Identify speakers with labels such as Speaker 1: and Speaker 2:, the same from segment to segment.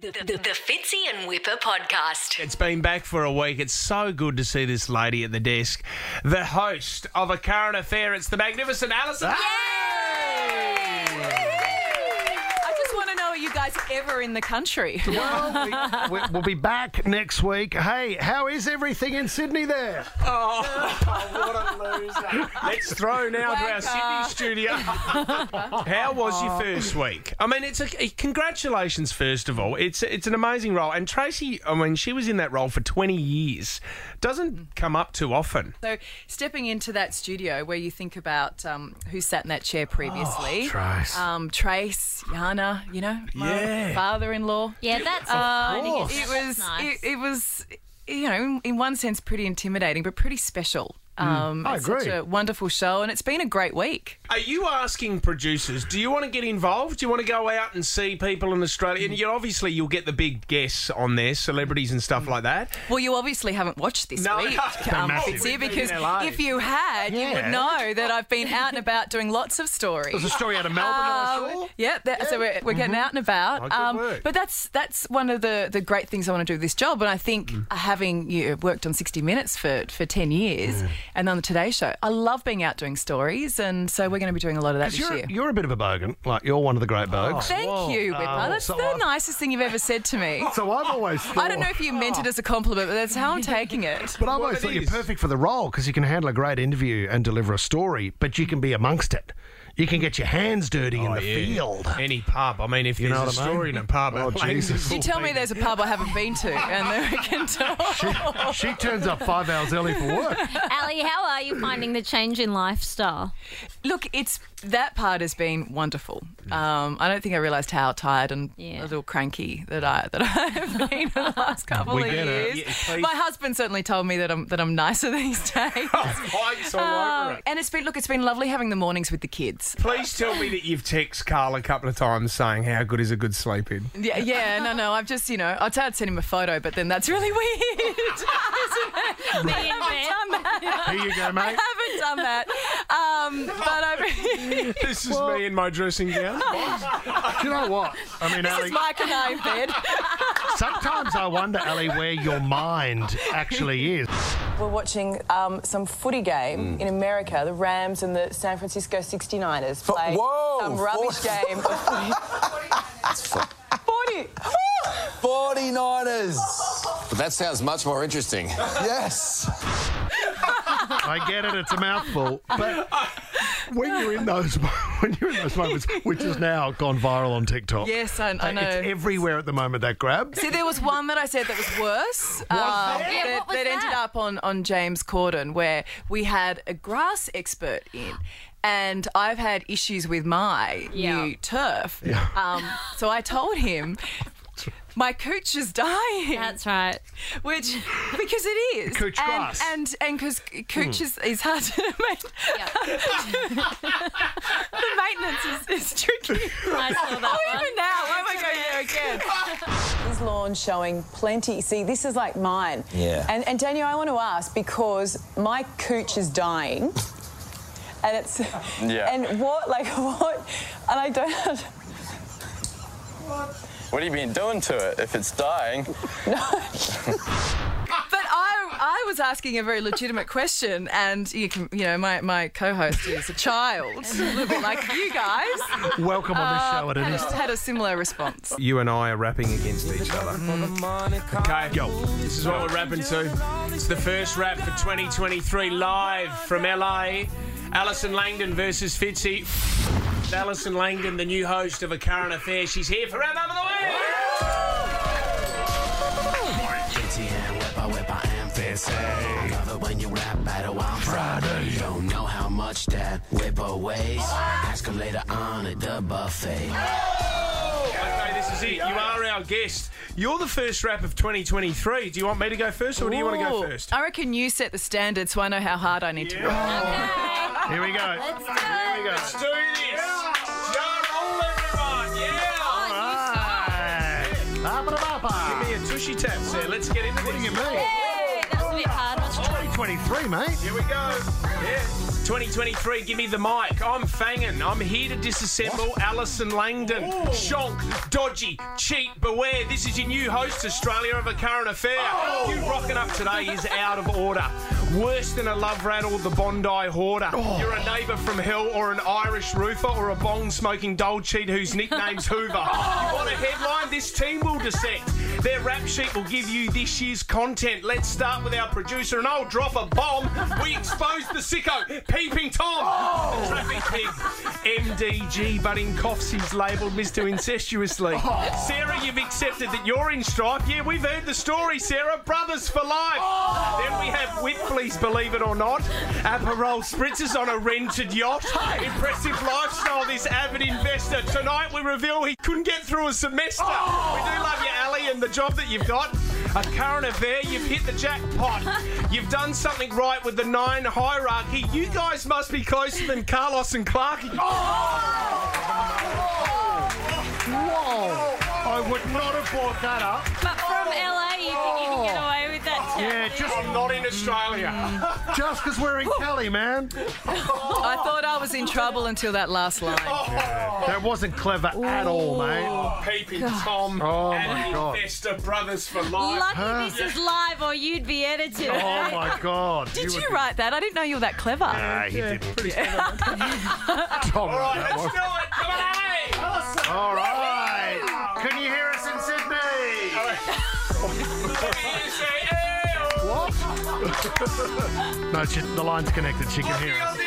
Speaker 1: The, the, the Fitzy and Whipper podcast.
Speaker 2: It's been back for a week. It's so good to see this lady at the desk, the host of A Current Affair. It's the magnificent Alison.
Speaker 3: I just want to know are you guys ever in the country?
Speaker 4: Well, we, we, we'll be back next week. Hey, how is everything in Sydney there?
Speaker 3: Oh.
Speaker 2: Let's throw now to our
Speaker 3: Wanker.
Speaker 2: Sydney studio. How was your first week? I mean, it's a congratulations first of all. It's it's an amazing role, and Tracy. I mean, she was in that role for twenty years. Doesn't come up too often.
Speaker 3: So, stepping into that studio where you think about um, who sat in that chair previously
Speaker 4: Oh, Trace.
Speaker 3: Um, Trace, Yana, you know, my
Speaker 2: Yeah.
Speaker 3: father in law.
Speaker 5: Yeah, that's
Speaker 4: course.
Speaker 3: It was,
Speaker 5: nice.
Speaker 3: it, it was, you know, in, in one sense, pretty intimidating, but pretty special. Um,
Speaker 4: Mm. I
Speaker 3: it's
Speaker 4: agree.
Speaker 3: Such a wonderful show, and it's been a great week.
Speaker 2: Are you asking producers? Do you want to get involved? Do you want to go out and see people in Australia? And you obviously you'll get the big guests on there, celebrities and stuff like that.
Speaker 3: Well, you obviously haven't watched this
Speaker 2: No,
Speaker 3: week,
Speaker 2: no. It's been
Speaker 3: um,
Speaker 4: massive.
Speaker 3: Fitzy,
Speaker 2: We've been
Speaker 3: because
Speaker 2: in LA.
Speaker 3: if you had, you
Speaker 4: Yeah.
Speaker 3: would know that I've been out and about doing lots of stories. Um,
Speaker 4: There's a story out of Melbourne I saw. Mm-hmm. Oh,
Speaker 3: Yeah, that, so we're, we're getting out and about. Um,
Speaker 2: good work.
Speaker 3: but that's that's one of the, the great things I want to do with this job. And I think
Speaker 4: Mm.
Speaker 3: uh, having you know, worked on 60 Minutes for, for 10 years and on the Today Show, I love being out doing stories. And so we're going to be doing a lot of that
Speaker 4: 'Cause
Speaker 3: this
Speaker 4: You're,
Speaker 3: year. Oh,
Speaker 4: you're a bit of a bogan. Like, you're one of the great bogs.
Speaker 3: Thank you, Whipper.
Speaker 4: Oh,
Speaker 3: that's
Speaker 4: so
Speaker 3: the
Speaker 4: I-
Speaker 3: nicest thing you've ever said to me.
Speaker 4: So I've always thought.
Speaker 3: I don't know if you meant it as a compliment, but that's how I'm taking it.
Speaker 4: But I've
Speaker 2: Well,
Speaker 4: always
Speaker 2: it
Speaker 4: thought you're
Speaker 2: is.
Speaker 4: perfect for the role because you can handle a great interview and deliver a story, but you can be amongst it. You can get your hands dirty
Speaker 3: Oh,
Speaker 4: in the
Speaker 2: Yeah.
Speaker 4: field.
Speaker 2: Any pub. I mean, if you
Speaker 4: know
Speaker 2: there's a
Speaker 4: what I mean?
Speaker 2: story in a pub,
Speaker 4: Oh,
Speaker 2: like,
Speaker 4: Jesus.
Speaker 3: You tell me there's a pub I haven't been to, and then we can talk.
Speaker 4: She turns up five hours early for work.
Speaker 5: Ali, how are you finding the change in lifestyle?
Speaker 3: Look, it's that part has been wonderful.
Speaker 2: Mm.
Speaker 3: Um, I don't think I realised how tired and a
Speaker 5: Yeah.
Speaker 3: little cranky that I that I've been in the last couple
Speaker 2: We
Speaker 3: of
Speaker 2: get it.
Speaker 3: years.
Speaker 2: Yeah, please.
Speaker 3: My husband certainly told me that I'm that I'm nicer these days.
Speaker 2: Mike's all
Speaker 3: Um,
Speaker 2: over it.
Speaker 3: and it's been look, it's been lovely having the mornings with the kids.
Speaker 2: Please tell me that you've texted Carl a couple of times saying how good is a good sleep in.
Speaker 3: Yeah, yeah, no, no. I've just you know I tried to send him a photo, but then that's really weird.
Speaker 5: Be in bed.
Speaker 4: Here you go,
Speaker 3: I
Speaker 4: mate.
Speaker 3: haven't done that, um, but I've.
Speaker 2: This is me in my dressing gown.
Speaker 4: Do you know what? I mean,
Speaker 3: This
Speaker 4: Ali,
Speaker 3: is Mike and I in bed.
Speaker 4: sometimes I wonder, Ali, where your mind actually is.
Speaker 3: We're watching um, some footy game in America. The Rams and the San Francisco 69ers play
Speaker 6: whoa,
Speaker 3: some rubbish game of footy. 40.
Speaker 6: 49ers.
Speaker 7: But that sounds much more interesting.
Speaker 6: Yes.
Speaker 4: I get it; it's a mouthful. But when you're in those when you're in those moments, which has now gone viral on TikTok,
Speaker 3: Yes, I, I
Speaker 4: Hey,
Speaker 3: know.
Speaker 4: it's everywhere at the moment. That grab.
Speaker 3: See, there was one that I said that was worse. um, that,
Speaker 5: Yeah, what was
Speaker 3: that ended
Speaker 5: that?
Speaker 3: up on, on James Corden, where we had a grass expert in. And I've had issues with my
Speaker 5: Yeah.
Speaker 3: new turf. Um, so I told him, my cooch is dying.
Speaker 5: That's right.
Speaker 3: Which, because it is.
Speaker 4: Cooch
Speaker 3: and,
Speaker 4: grass.
Speaker 3: And and because cooch is, is hard to maintain. the maintenance is, is tricky.
Speaker 5: I saw that
Speaker 3: Oh,
Speaker 5: one.
Speaker 3: even now, why am I going there again?
Speaker 8: His lawn showing plenty. See, this is like mine.
Speaker 6: Yeah.
Speaker 8: And, and Daniel, I want to ask because my cooch is dying, and it's
Speaker 7: Yeah.
Speaker 8: And what, like what? And I don't.
Speaker 7: What have you been doing to it if it's dying?
Speaker 3: But I I was asking a very legitimate question, and you can you know my, my co-host is a child, a little bit like you guys,
Speaker 4: Welcome on this show at an
Speaker 3: had
Speaker 4: instant.
Speaker 3: a, had a similar response.
Speaker 2: You and I are rapping against each other. Okay, yo, this is what we're rapping to. It's the first rap for 2023 live from LA. Alison Langdon versus Fitzy. Alison Langdon, the new host of A Current Affair, she's here for Rap Over the Week.
Speaker 9: Fitzy and Whipper, Whipper and Fitzy. Love it when you rap battle on Friday. Don't know how much that Whipper weighs. Ask him later on at the buffet.
Speaker 2: Okay, this is it. You are our guest. You're the first rap of 2023. Do you want me to go first or do you want to go
Speaker 3: Ooh,
Speaker 2: first?
Speaker 3: I reckon you set the standard, so I know how hard I need to. work.
Speaker 4: Here we go.
Speaker 5: Let's go.
Speaker 2: Let's do this. Jar roll, everyone. Yeah.
Speaker 4: Oh, Alright. Ba-ba-da-ba-ba.
Speaker 2: Give me a tushy tap, sir. Let's get into this.
Speaker 4: What do you mean?
Speaker 5: Hey, that was a bit hard. Let's try.
Speaker 4: 23, mate.
Speaker 2: Here we go. Yeah. 2023, give me the mic. I'm Fangin. I'm here to disassemble Alison Langdon. Shonk, dodgy, cheat, beware. This is your new host, Australia, of a current affair. You rocking up today is out of order. Worse than a love rattle, the Bondi hoarder. You're a neighbour from hell or an Irish roofer or a bong smoking dole cheat whose nickname's Hoover. You want a headline? This team will dissect. Their rap sheet will give you this year's content. Let's start with our producer, and I'll drop a bomb. We expose the sicko, Peeping Tom, the traffic pig. MDG budding coughs he's labelled Mr. Incestuously. Sarah, you've accepted that you're in strife. Yeah, we've heard the story, Sarah. Brothers for life. Then we have Whitley's Believe It or Not. Aperol spritzers on a rented yacht. Impressive lifestyle, this avid investor. Tonight we reveal he couldn't get through a semester. We do love you, Ali, and the job that you've got. A current affair, you've hit the jackpot. You've done something right with the nine hierarchy. You guys must be closer than Carlos and Clarky.
Speaker 4: Whoa. I would not have brought that up.
Speaker 5: But from LA, you think you can get away with that? too?
Speaker 4: Yeah, just
Speaker 2: I'm not in Australia.
Speaker 4: just because we're in Cali, man.
Speaker 3: I thought I was in trouble until that last line.
Speaker 4: That wasn't clever at all, mate.
Speaker 2: Peeping Tom
Speaker 4: Oh,
Speaker 2: and
Speaker 4: my God.
Speaker 2: Investor Brothers for Life.
Speaker 5: Lucky this is live, or you'd be edited.
Speaker 4: Oh my god.
Speaker 3: Did you
Speaker 4: would be-
Speaker 3: write that? I didn't know you were that clever.
Speaker 4: Nah, he didn't.
Speaker 2: All
Speaker 4: Tom
Speaker 2: right,
Speaker 4: wrote that
Speaker 2: let's do
Speaker 4: one.
Speaker 2: it. Come on, Ali.
Speaker 4: All right. Can you hear us in Sydney? What? no, she, the line's connected. She can hear us.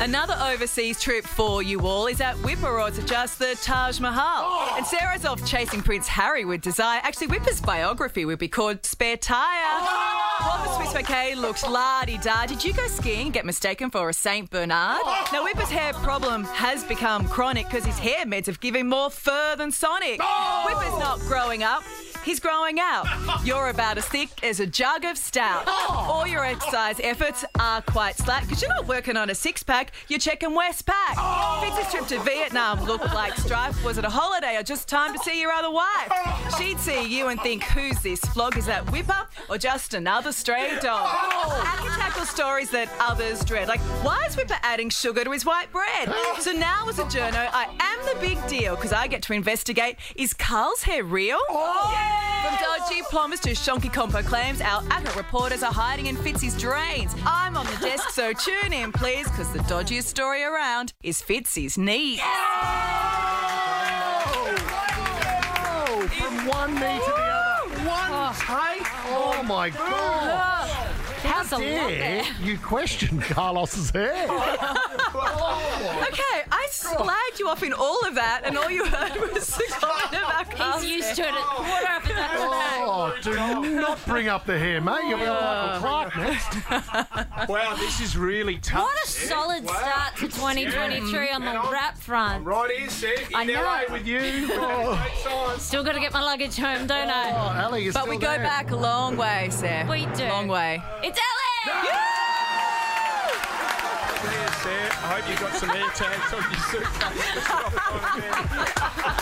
Speaker 3: Another overseas trip for you all is at Whipper, or it's just the Taj Mahal. And Sarah's off chasing Prince Harry with desire. Actually, Whipper's biography would be called Spare Tire. Robert Swiss McKay looks lardy da. Did you go skiing and get mistaken for a Saint Bernard? Now Whipper's hair problem has become chronic because his hair meds have given more fur than Sonic. Whipper's not growing up. He's growing out. You're about as thick as a jug of stout. All your exercise efforts are quite slack because you're not working on a six pack, you're checking Westpac. Fitzy's trip to Vietnam looked like strife. Was it a holiday or just time to see your other wife? She'd see you and think, who's this flog? Is that Whipper or just another stray dog? Hacker tackle stories that others dread. Like, why is Whipper adding sugar to his white bread? So now, as a journo, I am the big deal because I get to investigate is Carl's hair real? From dodgy plumbers to shonky compo claims, our ACCA reporters are hiding in Fitzy's drains. I'm on the desk, so tune in, please, because the dodgiest story around is Fitzy's knee.
Speaker 4: Oh, from one knee to the other. One take. Oh my god.
Speaker 5: How's a lot
Speaker 4: Dare
Speaker 5: there?
Speaker 4: you question Carlos's hair?
Speaker 3: Okay, I slagged you off in all of that, and all you heard was the comment about Carl's
Speaker 5: He's used to it. A quarter of it. That's back.
Speaker 4: Oh, do not bring up the hair, mate. You'll be like Michael Clark next.
Speaker 2: Wow, this is really tough.
Speaker 5: What a
Speaker 2: Sid.
Speaker 5: solid
Speaker 2: Wow.
Speaker 5: start to 2023 on
Speaker 2: And
Speaker 5: the
Speaker 2: I'm-
Speaker 5: rap front.
Speaker 2: Right here, Sid. In
Speaker 5: I know.
Speaker 2: LA with you. We've had a great time.
Speaker 5: Still got to get my luggage home, don't I?
Speaker 4: Oh, Ali is
Speaker 3: But we
Speaker 4: still
Speaker 3: go
Speaker 4: there.
Speaker 3: back a long way, Sam.
Speaker 5: We do.
Speaker 3: Long way.
Speaker 5: It's LA.
Speaker 2: Cheers, Sid. I hope you got some air tags on your suitcase. It's not on there.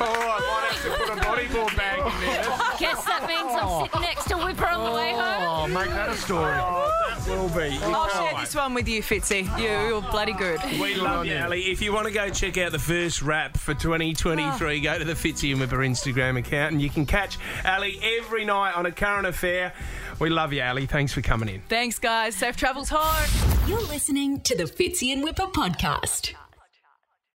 Speaker 2: All right, might have to put a bodyboard bag in there.
Speaker 5: Guess that means I'm sitting next to Whipper on the way home.
Speaker 4: Oh, make that a story.
Speaker 2: Oh, that will be.
Speaker 3: I'll share this one with you, Fitzy. You- You're bloody good.
Speaker 2: We love you, Ali. If you want to go check out the first rap for 2023, go to the Fitzy and Whipper Instagram account and you can catch Ali every night on a current affair. We love you, Ali. Thanks for coming in.
Speaker 3: Thanks, guys. Safe travels home.
Speaker 1: You're listening to the Fitzy and Whipper podcast.